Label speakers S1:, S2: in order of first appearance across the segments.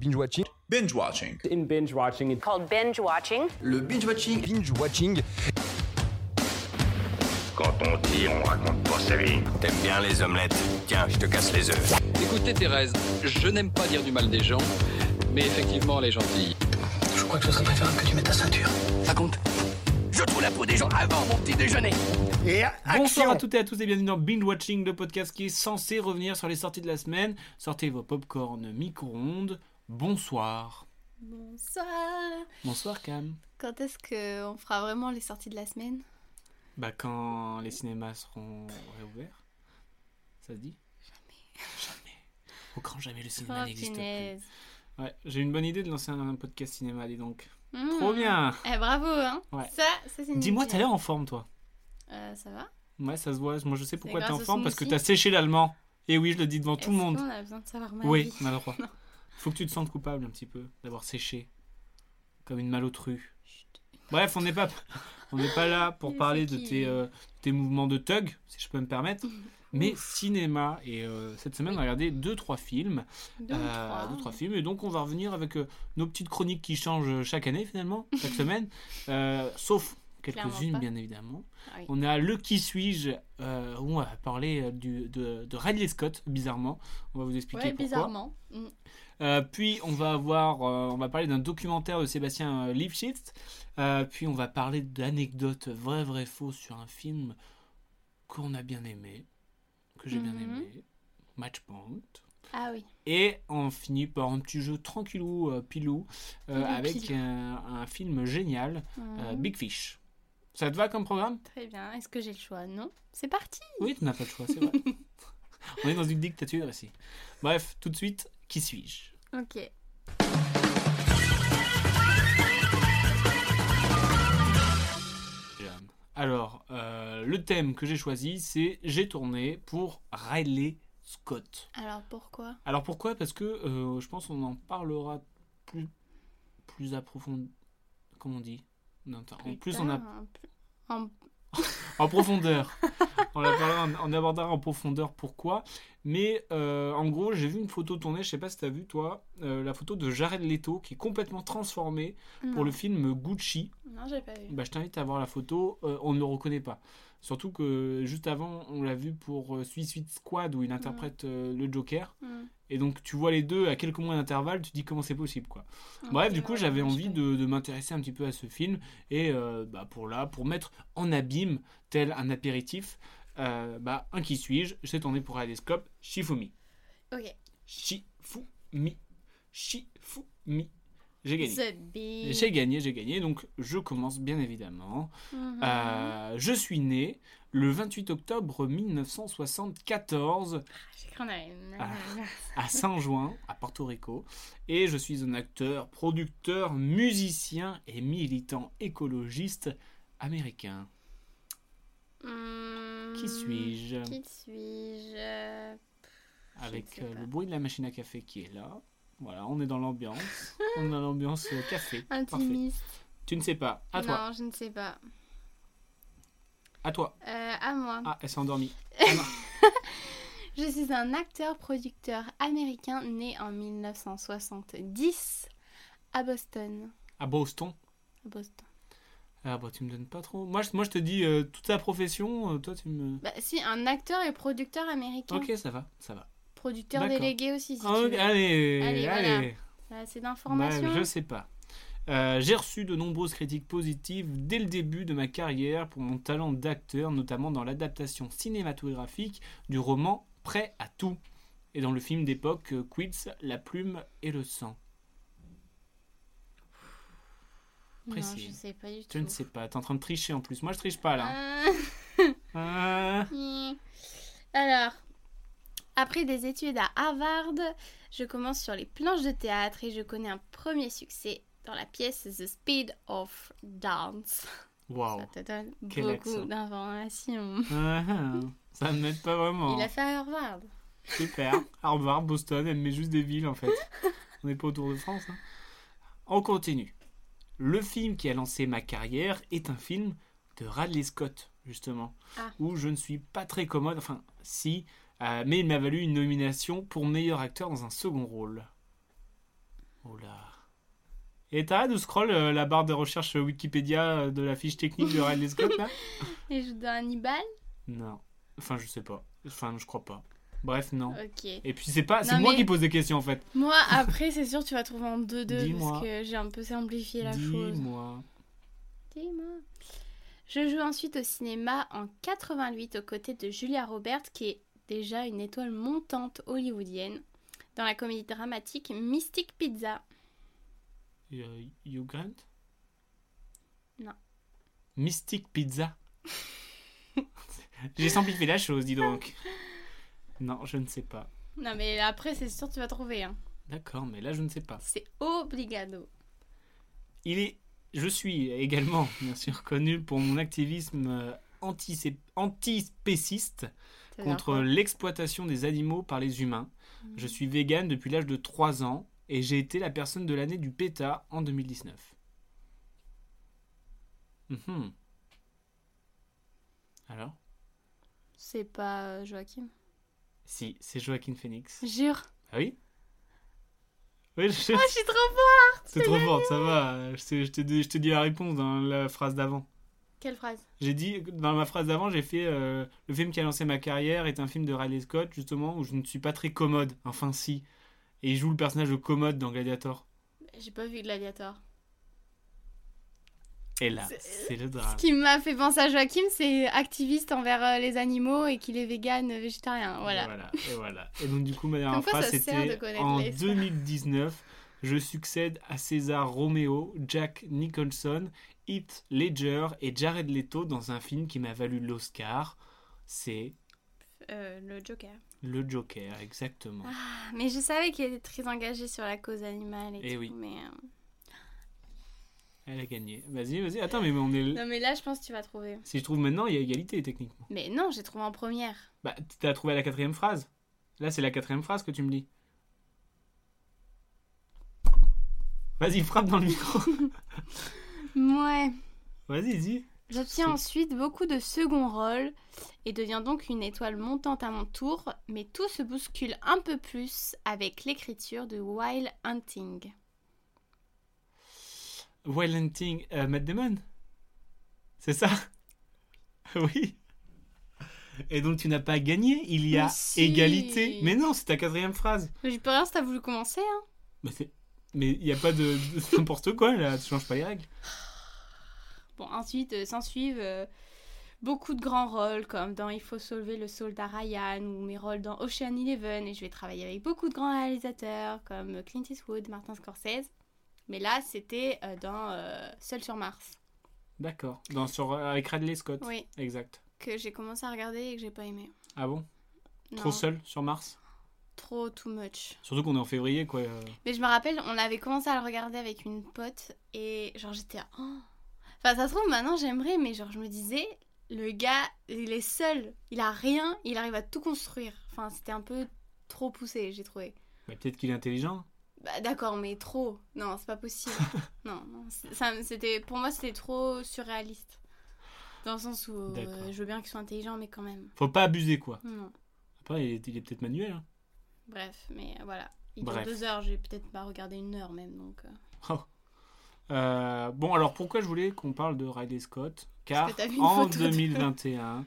S1: Binge watching.
S2: Binge watching.
S3: In binge watching, it's
S4: called binge watching.
S2: Le binge watching.
S1: Binge watching.
S5: Quand on dit, on raconte pas sa vie. T'aimes bien les omelettes Tiens, je te casse les œufs.
S6: Écoutez Thérèse, je n'aime pas dire du mal des gens, mais effectivement elle est gentille.
S7: Je crois que ce serait préférable que tu mettes ta ceinture.
S8: Ça compte je trouve la peau des gens avant mon petit déjeuner.
S9: Et action. Bonsoir à toutes et à tous et bienvenue dans Binge Watching, le podcast qui est censé revenir sur les sorties de la semaine. Sortez vos popcorn micro-ondes. Bonsoir.
S10: Bonsoir.
S9: Bonsoir Cam.
S10: Quand est-ce qu'on fera vraiment les sorties de la semaine
S9: Bah quand les cinémas seront réouverts. Ça se dit
S10: Jamais.
S9: Jamais. Au grand jamais le cinéma oh, n'existe plus. Ouais, j'ai une bonne idée de lancer un podcast cinéma, dis donc.
S10: Mmh.
S9: Trop bien
S10: Eh bravo, hein
S9: Ouais.
S10: Ça, ça c'est une
S9: Dis-moi,
S10: idée.
S9: t'as l'air en forme, toi.
S10: Euh, ça va
S9: Ouais, ça se voit. Moi, je sais pourquoi t'es
S10: grâce
S9: en
S10: au
S9: forme, parce que
S10: smoothie.
S9: t'as séché l'allemand. Et oui, je le dis devant tout le
S10: Est-ce
S9: monde.
S10: qu'on a besoin de savoir ma
S9: Oui, Euh,
S10: vie
S9: on a le droit.
S10: Non.
S9: Faut que tu te sentes coupable un petit peu d'avoir séché. Comme une malotru. Bref, on n'est pas, on n'est pas là pour
S10: Il est
S9: parler de
S10: fatigué.
S9: tes, euh, tes mouvements de thug, si je peux me permettre. Mais cinéma, et euh, cette semaine, on a regardé deux, trois films.
S10: Deux ou
S9: Euh,
S10: trois.
S9: deux, trois films. Et donc, on va revenir avec euh, nos petites chroniques qui changent euh, chaque année, finalement, chaque semaine. Euh, sauf quelques-unes,
S10: Clairement pas.
S9: bien évidemment.
S10: Ah oui.
S9: On a Le Qui suis-je, euh, où on va parler euh, du, de, de Ridley Scott, bizarrement. On va vous expliquer
S10: Ouais,
S9: pourquoi.
S10: bizarrement. Mm.
S9: Euh, puis on va avoir, euh, on va parler d'un documentaire de Sébastien euh, Lipschitz. Euh, puis on va parler d'anecdotes vraies, vraies, faux sur un film qu'on a bien aimé, que j'ai bien
S10: Mhm.
S9: aimé, Match Point.
S10: Ah oui.
S9: Et on finit par un petit jeu tranquillou, euh, pilou, euh,
S10: Pilou,
S9: avec
S10: pilou.
S9: un, un film génial, euh,
S10: Mm.
S9: Big Fish. Ça te va comme programme
S10: Très bien. Est-ce que j'ai le choix Non. C'est parti.
S9: Oui, tu n'as pas le choix, c'est vrai. on est dans une dictature ici. Bref, tout de suite, qui suis-je
S10: Ok.
S9: Alors, euh, le thème que j'ai choisi, c'est j'ai tourné pour Riley Scott.
S10: Alors pourquoi
S9: Alors pourquoi Parce que euh, je pense qu'on en parlera plus, plus approfondi. Comment on dit Non, attends, En plus, on a
S10: tard, un peu- en-
S9: en profondeur. on la parlera, en- on abordera en profondeur pourquoi. Mais euh, en gros, j'ai vu une photo tournée, je sais pas si t'as vu toi, euh, la photo de Jared Leto qui est complètement transformé
S10: non.
S9: pour le film Gucci.
S10: Non, j'ai pas vu.
S9: Bah, je t'invite à voir la photo, euh, on ne le reconnaît pas. Surtout que juste avant, on l'a vu pour euh, Suicide Squad où il interprète euh, le Joker.
S10: Mm.
S9: Et donc tu vois les deux à quelques mois d'intervalle, tu te dis comment c'est possible quoi. Bref,
S10: Ok,
S9: du coup
S10: Mm. ouais,
S9: j'avais
S10: je
S9: envie
S10: connais.
S9: de, de m'intéresser un petit peu à ce film et euh, bah, pour là, pour mettre en abîme tel un apéritif, euh, bah, un qui suis-je, j'ai tourné pour Radescope, Shifumi.
S10: Ok.
S9: Shifumi. Shifumi. J'ai gagné.
S10: The Bee.
S9: J'ai gagné, j'ai gagné, donc je commence bien évidemment.
S10: Mhm.
S9: Euh, je suis né le 28 octobre 1974
S10: J'ai cru qu'on avait une-
S9: Ah. à San Juan, à Porto Rico, et je suis un acteur, producteur, musicien et militant écologiste américain.
S10: Mm.
S9: Qui suis-je
S10: Qui suis-je Euh,
S9: Avec
S10: sais
S9: euh,
S10: pas.
S9: le bruit de la machine à café qui est là. Voilà, on est dans l'ambiance. on est dans l'ambiance euh, café. Parfait.
S10: Intimiste.
S9: Tu ne sais pas. À toi.
S10: Non, je ne sais pas.
S9: À toi.
S10: Euh, à moi.
S9: Ah, elle s'est endormie.
S10: Je suis un acteur-producteur américain né en 1970 à Boston.
S9: À Boston.
S10: À Boston.
S9: Ah bah tu me donnes pas trop. Moi je, moi, je te dis euh, toute ta profession, euh, toi tu me...
S10: Bah si, un acteur et producteur américain.
S9: Ok, ça va, ça va.
S10: Producteur
S9: D'accord.
S10: délégué aussi, si
S9: Ah,
S10: tu
S9: ok,
S10: veux.
S9: allez, allez,
S10: Allez, voilà. Bah, c'est d'information.
S9: Bah, je sais pas. Euh, j'ai reçu de nombreuses critiques positives dès le début de ma carrière pour mon talent d'acteur, notamment dans l'adaptation cinématographique du roman Prêt à tout et dans le film d'époque euh, Quits, La plume et le sang.
S10: Non,
S9: précise.
S10: je sais pas du tout.
S9: Je ne sais pas, t'es en train de tricher en plus. Moi je triche pas là.
S10: Euh,
S9: Ah.
S10: hmm. Alors, après des études à Harvard, je commence sur les planches de théâtre et je connais un premier succès dans la pièce The Speed of Dance.
S9: Waouh.
S10: Ça te donne
S9: Quel accent.
S10: Ah, beaucoup d'informations.
S9: Ah, ah. Ça ne m'aide pas vraiment.
S10: Il a fait à Harvard.
S9: Super. Harvard, Boston, elle met juste des villes en fait. On n'est pas autour de France. hein. On continue. Le film qui a lancé ma carrière est un film de Radley Scott, justement,
S10: Ah.
S9: où je ne suis pas très commode, enfin si, euh, mais il m'a valu une nomination pour meilleur acteur dans un second rôle. Oh là. Et t'arrêtes de scroll euh, la barre de recherche Wikipédia euh, de la fiche technique de Ridley Scott là
S10: Il joue dans Hannibal
S9: Non. Enfin, je sais pas. Enfin, je crois pas. Bref, non.
S10: Ok.
S9: Et puis c'est pas, c'est
S10: Non,
S9: moi
S10: mais-
S9: qui pose des questions en fait.
S10: Moi, après, c'est sûr, tu vas trouver en 2-2
S9: Dis-moi.
S10: parce que j'ai un peu simplifié la chose.
S9: Dis-moi.
S10: Dis-moi. Je joue ensuite au cinéma en 88 aux côtés de Julia Roberts, qui est déjà une étoile montante hollywoodienne, dans la comédie dramatique Mystic Pizza.
S9: Euh, Hugh Grant
S10: Non.
S9: Mystic Pizza. J'ai simplifié la chose, dis donc. Non, je ne sais pas.
S10: Non, mais après, c'est sûr, tu vas trouver. hein.
S9: D'accord, mais là, je ne sais pas.
S10: C'est obligado.
S9: Il est, je suis également, bien sûr, connu pour mon activisme euh, antisé- antispéciste
S10: Ça veut dire
S9: contre l'exploitation des animaux par les humains. Je suis végane depuis l'âge de 3 ans et j'ai été la personne de l'année du PETA en 2019. Mhm. Alors
S10: C'est pas euh, Joachim.
S9: Si, c'est Joaquin Phoenix.
S10: Jure.
S9: Ah oui Oui, je...
S10: Ah, je suis trop
S9: c'est trop fort, ça va. Je t'ai- je t'ai dit- je t'ai dit la réponse dans la phrase d'avant.
S10: Quelle phrase
S9: J'ai dit, dans ma phrase d'avant, j'ai fait euh, le film qui a lancé ma carrière est un film de Riley Scott, justement, où je ne suis pas très commode. Enfin, si. Et il joue le personnage de commode dans Gladiator.
S10: J'ai pas vu Gladiator.
S9: Et là,
S10: C'est-
S9: c'est le drame.
S10: Ce qui m'a fait penser à Joachim, c'est activiste envers euh, les animaux et qu'il est vegan, euh, végétarien. Voilà.
S9: Et voilà. Et, voilà. Et donc, du coup, ma dernière
S10: Comme quoi,
S9: phrase,
S10: ça sert de
S9: c'était
S10: connaître
S9: en
S10: les histoires.
S9: 2019, je succède à César Romeo, Jack Nicholson, Heath Ledger et Jared Leto dans un film qui m'a valu l'Oscar. C'est
S10: Euh, le Joker.
S9: le Joker, exactement.
S10: Ah, Mais je savais qu'il était très engagé sur la cause animale et,
S9: Eh
S10: tout,
S9: oui.
S10: mais, euh,
S9: Elle a gagné. Vas-y, vas-y. Attends, mais on est.
S10: Non mais là je pense que tu vas trouver.
S9: Si je trouve maintenant, il y a égalité techniquement.
S10: Mais non, j'ai trouvé en première.
S9: Bah, t'as trouvé la quatrième phrase. Là, c'est la quatrième phrase que tu me dis. Vas-y, frappe dans le micro.
S10: Ouais.
S9: Vas-y, dis.
S10: J'obtiens ensuite beaucoup de second rôles et deviens donc une étoile montante à mon tour, mais tout se bouscule un peu plus avec l'écriture de Wild Hunting.
S9: Wild Hunting, euh, Matt Damon C'est ça Oui. Et donc, tu n'as pas gagné. Il y a
S10: Mais si.
S9: égalité. Mais non, c'est ta quatrième phrase.
S10: Mais j'ai pas rien si t'as voulu commencer, hein.
S9: Mais c'est- mais il n'y a pas de, de- n'importe quoi là. Tu changes pas les règles.
S10: Bon, ensuite euh, s'en suivent euh, beaucoup de grands rôles, comme dans Il faut sauver le soldat Ryan ou mes rôles dans Ocean Eleven. Et je vais travailler avec beaucoup de grands réalisateurs, comme Clint Eastwood, Martin Scorsese. Mais là, c'était euh, dans euh, Seul sur Mars.
S9: D'accord. Dans sur euh, avec Radley Scott.
S10: Oui,
S9: Exact.
S10: que j'ai commencé à regarder et que j'ai pas aimé.
S9: Ah bon
S10: Non,
S9: Trop seul sur Mars
S10: Trop, too much.
S9: Surtout qu'on est en février, quoi. euh.
S10: Mais je me rappelle, on avait commencé à le regarder avec une pote et genre j'étais. à, Oh enfin, ça se trouve, maintenant j'aimerais, mais genre je me disais, le gars, il est seul, il a rien, il arrive à tout construire. Enfin, c'était un peu trop poussé, j'ai trouvé.
S9: Bah, peut-être qu'il est intelligent.
S10: Bah, d'accord, mais trop. Non, c'est pas possible. non, non, c'est- ça me- c'était pour moi, c'était trop surréaliste. Dans le sens où euh,
S9: D'accord.
S10: je veux bien qu'il soit intelligent, mais quand même.
S9: Faut pas abuser, quoi.
S10: Non.
S9: Après, il est, il est peut-être manuel. hein.
S10: Bref, mais euh, voilà. Il dure
S9: Bref.
S10: deux heures, j'ai peut-être pas regardé une heure même, donc. euh,
S9: Oh. Euh, bon, alors pourquoi je voulais qu'on parle de Riley Scott Car
S10: que t'as vu une
S9: en
S10: photo de-
S9: 2021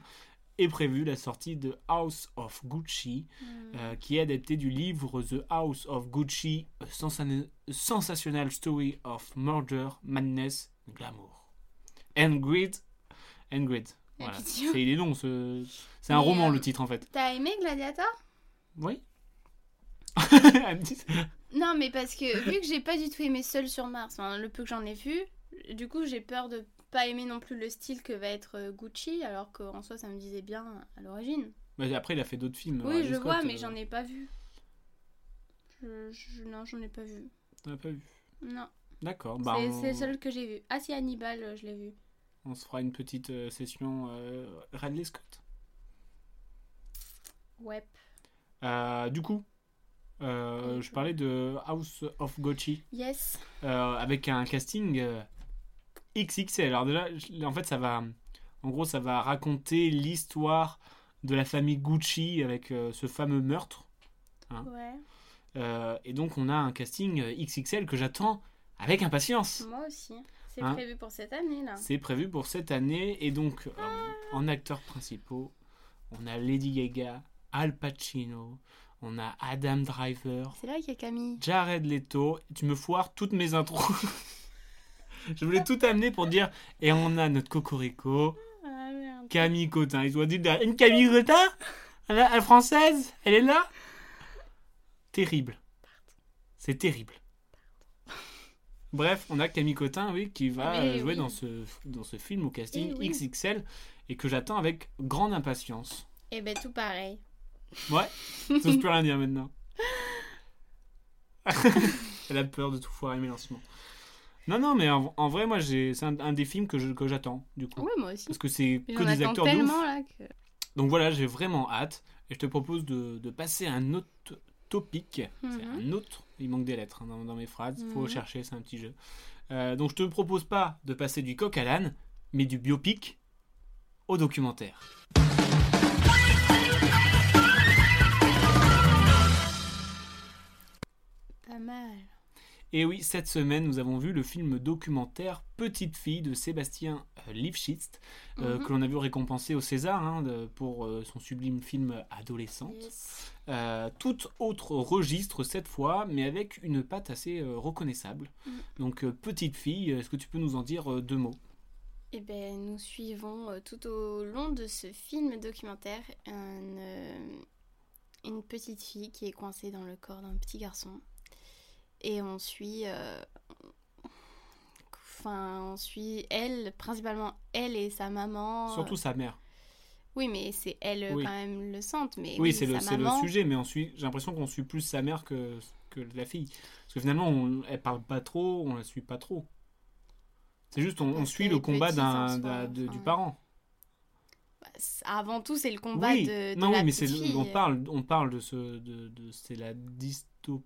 S9: est prévue la sortie de House of Gucci, euh, qui est adaptée du livre The House of Gucci, A Sensa- Sensational Story of Murder, Madness, Glamour. And Greed. And Greed. Voilà.
S10: pitié.
S9: C'est il est long, ce- c'est un
S10: Mais,
S9: roman
S10: euh,
S9: le titre en fait.
S10: T'as aimé Gladiator
S9: Oui. Elle me dit-
S10: Non, mais parce que vu que j'ai pas du tout aimé Seul sur Mars, enfin, le peu que j'en ai vu, du coup j'ai peur de pas aimer non plus le style que va être euh, Gucci, alors qu'en soi ça me disait bien à l'origine.
S9: Mais Bah, après, il a fait d'autres films.
S10: oui,
S9: Ridley
S10: je
S9: Scott,
S10: vois,
S9: euh,
S10: mais j'en ai pas vu. Je- je- non, j'en ai pas vu.
S9: on a pas vu.
S10: Non,
S9: D'accord. Bah,
S10: c'est
S9: on,
S10: c'est le seul que j'ai vu. Ah, si Hannibal, euh, je l'ai vu.
S9: on se fera une petite euh, session euh, Ridley Scott.
S10: Ouais.
S9: Euh, du coup, euh, je parlais de House of Gucci
S10: Yes.
S9: euh, avec un casting euh, XXL. Alors déjà, je- en fait, ça va, en gros, ça va raconter l'histoire de la famille Gucci avec euh, ce fameux meurtre.
S10: Ouais.
S9: Euh, et donc, on a un casting euh, XXL que j'attends avec impatience.
S10: Moi aussi. C'est
S9: Hein
S10: prévu pour cette année, là.
S9: C'est prévu pour cette année. Et donc, euh, en acteurs principaux, on a Lady Gaga, Al Pacino, on a Adam Driver,
S10: C'est là qu'il y a Camille.
S9: Jared Leto, tu me foires toutes mes intros. Je voulais tout amener pour dire et on a notre cocorico,
S10: Ah merde.
S9: Camille Cotin. Ils ont dit bah, une Camille Cotin elle, est française Elle est là Terrible. C'est terrible. Bref, on a Camille Cotin, oui, qui va
S10: Ah, Mais
S9: euh, jouer
S10: oui.
S9: dans, ce, dans ce film au casting
S10: Eh oui.
S9: XXL et que j'attends avec grande impatience.
S10: Eh ben, tout pareil.
S9: Ouais, j'ose plus rien dire maintenant. Elle a peur de tout foirer mes lancements. Non, non, mais en, en vrai, moi, j'ai, c'est un, un des films que, je- que j'attends, du coup.
S10: Ouais, moi aussi.
S9: Parce que c'est
S10: Mais
S9: que
S10: J'en
S9: des
S10: attends
S9: acteurs de ouf.
S10: tellement, là, que...
S9: Donc voilà, j'ai vraiment hâte. Et je te propose de, de passer à un autre topic. C'est
S10: Mhm.
S9: un autre. Il manque des lettres hein, dans, dans mes phrases. Faut
S10: Mhm.
S9: chercher, c'est un petit jeu. Euh, donc je te propose pas de passer du coq à l'âne, mais du biopic au documentaire.
S10: Pas mal.
S9: Et oui, cette semaine, nous avons vu le film documentaire Petite fille de Sébastien euh, Lifshitz, euh,
S10: Mhm.
S9: que l'on a vu récompensé au César hein, de- pour euh, son sublime film Adolescente.
S10: Yes.
S9: Euh, tout autre registre cette fois, mais avec une patte assez euh, reconnaissable.
S10: Mhm.
S9: Donc, euh, Petite fille, est-ce que tu peux nous en dire euh, deux mots
S10: Eh ben, nous suivons euh, tout au long de ce film documentaire un, euh, une petite fille qui est coincée dans le corps d'un petit garçon. Et on suit. euh, Enfin, on suit elle, principalement elle et sa maman.
S9: Surtout sa mère.
S10: Oui, mais c'est elle euh,
S9: Oui.
S10: quand même le centre. Mais
S9: Oui, c'est le,
S10: sa
S9: c'est le
S10: maman.
S9: sujet, mais on suit- j'ai l'impression qu'on suit plus sa mère que, que la fille. Parce que finalement, on, elle parle pas trop, on la suit pas trop. C'est juste, on, on
S10: Parce
S9: suit
S10: qu'elle
S9: le
S10: est
S9: combat
S10: petite
S9: d'un,
S10: en soi,
S9: d'un- de- du
S10: enfin.
S9: parent.
S10: Bah, c'est- Avant tout, c'est le combat
S9: oui,
S10: de, de
S9: non,
S10: la
S9: oui, mais
S10: petite
S9: c'est, le-
S10: fille.
S9: on, parle, on parle de ce. De, de- c'est la dystopie.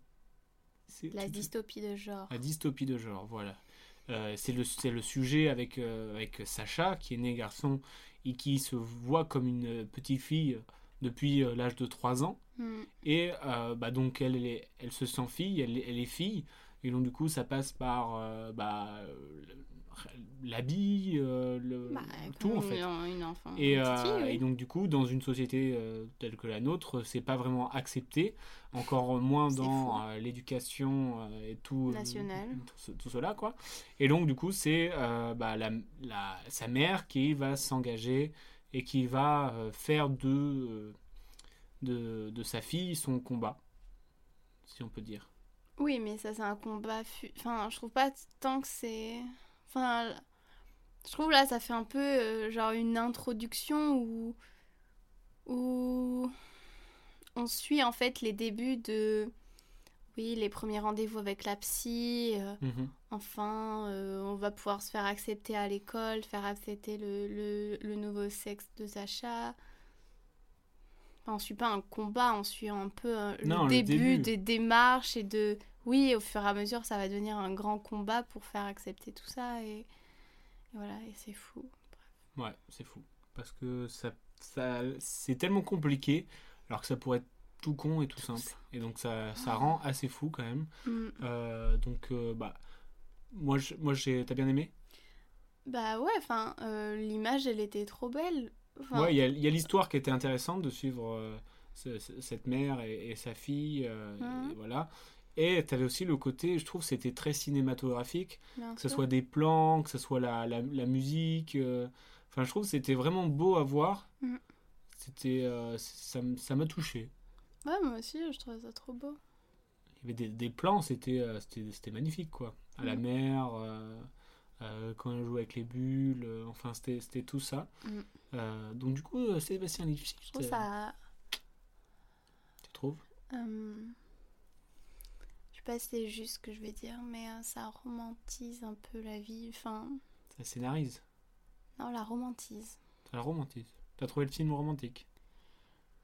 S10: La dystopie de genre.
S9: La dystopie de genre, voilà. Euh, c'est le, c'est le sujet avec, euh, avec Sacha, qui est né garçon et qui se voit comme une petite fille depuis euh, l'âge de 3 ans.
S10: Hmm.
S9: Et euh, bah, donc, elle, elle, est- elle se sent fille, elle, est- elle est fille. Et donc, du coup, ça passe par euh, bah, euh, le- l'habit, euh, le,
S10: Bah,
S9: tout
S10: comme
S9: en fait.
S10: Une, une enfant.
S9: Et,
S10: une petite
S9: euh,
S10: fille, oui.
S9: et donc du coup, dans une société euh, telle que la nôtre, c'est pas vraiment accepté, encore moins
S10: C'est
S9: dans
S10: fou.
S9: euh, l'éducation euh, et tout, euh,
S10: Nationale.
S9: tout, ce- tout cela quoi. Et donc du coup, c'est euh, bah, la, la- sa mère qui va s'engager et qui va euh, faire de, euh, de de sa fille son combat, si on peut dire.
S10: Oui, mais ça, c'est un combat. fu- Enfin, je trouve pas tant que c'est. Enfin, l- je trouve là, ça fait un peu euh, genre une introduction où. où. On suit en fait les débuts de. Oui, les premiers rendez-vous avec la psy. euh,
S9: Mhm.
S10: enfin, euh, on va pouvoir se faire accepter à l'école, faire accepter le, le- le nouveau sexe de Sacha. Enfin, on suit pas un combat, on suit un peu euh, le,
S9: Non, le début.
S10: début des démarches et de... Oui, au fur et à mesure, ça va devenir un grand combat pour faire accepter tout ça. Et, et voilà, et c'est fou.
S9: Ouais, c'est fou. Parce que ça, ça, c'est tellement compliqué, alors que ça pourrait être tout con et tout simple. Ah. Et donc ça, ça rend assez fou quand même.
S10: Mm.
S9: Euh, donc, euh, bah, moi, je- moi j'ai, t'as bien aimé
S10: Bah ouais, enfin, euh, l'image, elle était trop belle. Enfin,
S9: Ouais, il y a, il y a l'histoire qui était intéressante de suivre euh, ce- ce- cette mère et, et sa fille. euh,
S10: Mhm.
S9: et voilà. Et t'avais aussi le côté, je trouve, c'était très cinématographique.
S10: bien
S9: que ce
S10: sûr.
S9: soit des plans, que ce soit la, la, la musique. euh, Enfin, je trouve que c'était vraiment beau à voir.
S10: Mm.
S9: C'était, euh, ça m- ça m'a touché.
S10: Ouais, moi aussi, je trouvais ça trop beau.
S9: Il y avait des, des plans, c'était, euh, c'était, c'était magnifique, quoi. À la
S10: Mm.
S9: mer, euh, euh, quand elle joue avec les bulles, euh, enfin, c'était, c'était tout ça.
S10: Mm.
S9: Euh, donc, du coup, euh, Sébastien Lipschitz,
S10: Je trouve
S9: euh,
S10: ça...
S9: tu trouves
S10: Euh, Je sais pas si c'est juste ce que je vais dire, mais euh, ça romantise un peu la vie. Enfin,
S9: Ça scénarise,
S10: non, la romantise.
S9: ça la romantise. T'as trouvé le film romantique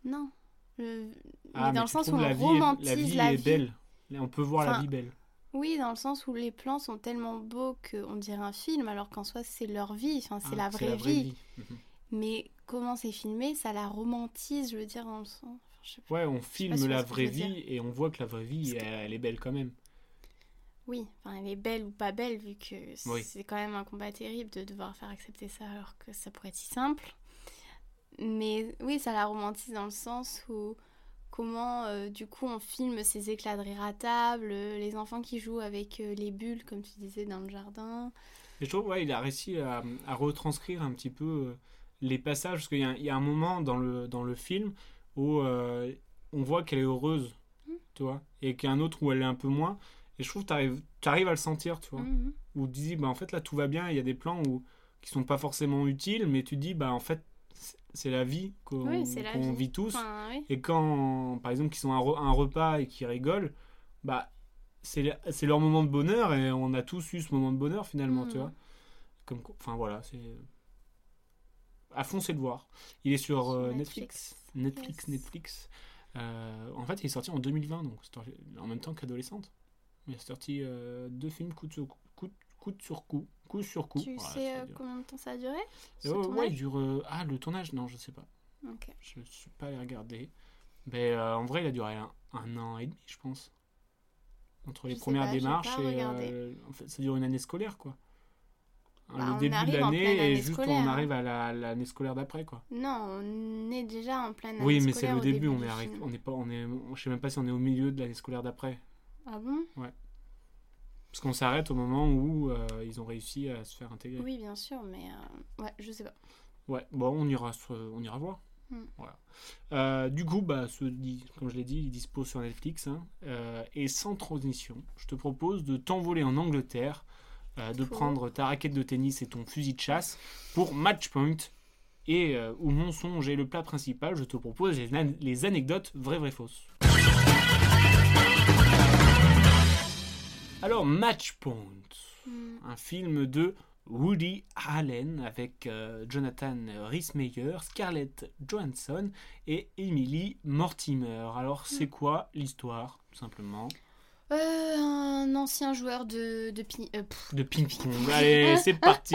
S10: Non. Le-
S9: Ah,
S10: mais dans le
S9: tu
S10: sens où
S9: trouves
S10: on
S9: la vie est-
S10: romantise
S9: la vie
S10: la
S9: est
S10: vie.
S9: belle. Là, on peut voir la
S10: Enfin,
S9: vie belle.
S10: Oui, dans le sens où les plans sont tellement beaux qu'on dirait un film, alors qu'en soi, c'est leur vie. Enfin, c'est
S9: Hein,
S10: la vraie vie.
S9: vie. Mhm.
S10: Mais comment c'est filmé, ça la romantise, je veux dire, dans le sens. Enfin, je je sais pas.
S9: Ouais, on
S10: pas
S9: filme
S10: si
S9: la
S10: on se
S9: vraie
S10: peut dire.
S9: vie et on voit que la vraie vie,
S10: Parce
S9: elle,
S10: que-
S9: elle est belle quand même.
S10: Oui, enfin, elle est belle ou pas belle, vu que c'est
S9: Oui.
S10: c'est quand même un combat terrible de devoir faire accepter ça alors que ça pourrait être si simple. Mais oui, ça la romantise dans le sens où comment euh, du coup on filme ces éclats de rire à table, euh, les enfants qui jouent avec euh, les bulles, comme tu disais, dans le jardin.
S9: Et je trouve, ouais, il a réussi à, à retranscrire un petit peu euh, les passages, parce qu'il y, a un- il y a un moment dans le, dans le film où euh, on voit qu'elle est heureuse,
S10: Hmm.
S9: tu vois, et qu'il y a un autre où elle est un peu moins. Et je trouve que t'arrives arrives à le sentir, tu vois.
S10: Mhm.
S9: Où tu dis, bah en fait là tout va bien, il y a des plans où, qui sont pas forcément utiles, mais tu dis, bah en fait c'est- c'est la vie qu'on
S10: Oui, c'est la
S9: qu'on
S10: vie.
S9: vit tous.
S10: Enfin, oui.
S9: Et quand, par exemple, qu'ils sont à un re- un repas et qu'ils rigolent, bah, c'est le- c'est leur moment de bonheur et on a tous eu ce moment de bonheur finalement,
S10: Mhm.
S9: tu vois. Comme, quoi- enfin voilà, c'est. À fond, c'est le voir. Il est sur euh, Netflix. Netflix,
S10: Netflix. Yes.
S9: Netflix. Euh, en fait, il est sorti en 2020, donc c'est en- en même temps qu'adolescente. Il a sorti euh, deux films coup, de sur coup, coup, coup de sur coup. Coup sur coup.
S10: Tu
S9: Voilà,
S10: sais
S9: ça
S10: euh,
S9: dure.
S10: combien de temps ça a duré ce
S9: Euh, ouais,
S10: tournage
S9: il dure. euh, Ah, le tournage Non, je sais pas.
S10: Ok.
S9: Je ne suis pas allé regarder. Mais euh, en vrai, il a duré un, un an et demi, je pense. Entre les
S10: Je sais
S9: premières
S10: pas, j'ai
S9: démarches
S10: pas
S9: et.
S10: regardé.
S9: euh, en fait, ça dure une année scolaire, quoi. Hein,
S10: Bah,
S9: le
S10: on
S9: début
S10: arrive
S9: de
S10: en pleine
S9: l'année
S10: année
S9: et juste
S10: scolaire,
S9: on
S10: hein.
S9: arrive à la- l'année scolaire d'après, quoi.
S10: Non, on est déjà en pleine
S9: oui,
S10: année
S9: mais c'est
S10: scolaire
S9: le
S10: au
S9: début, on
S10: du
S9: est arrêté.
S10: film.
S9: On est pas, on est, on- je sais même pas si on est au milieu de l'année scolaire d'après.
S10: Ah bon
S9: Parce qu'on s'arrête au moment où euh, ils ont réussi à se faire intégrer.
S10: Oui, bien sûr, mais euh, ouais, je sais pas.
S9: Ouais, bon, on ira, se- on ira voir.
S10: Hmm.
S9: Voilà. Euh, du coup, bah, ce, di- comme je l'ai dit, il dispose sur Netflix. hein, euh, et sans transition, je te propose de t'envoler en Angleterre, euh, de
S10: Faux.
S9: prendre ta raquette de tennis et ton fusil de chasse pour Matchpoint. Et euh, où mon songe est le plat principal, je te propose les, an- les anecdotes vraies, vraies, fausses. Alors, Matchpoint
S10: Hmm,
S9: un film de Woody Allen avec euh, Jonathan Rhys-Meyer, Scarlett Johansson et Emily Mortimer. Alors,
S10: Hmm.
S9: c'est quoi l'histoire, tout simplement
S10: Euh, un ancien joueur de, de pi- euh, pff,
S9: De ping-pong. Allez, c'est parti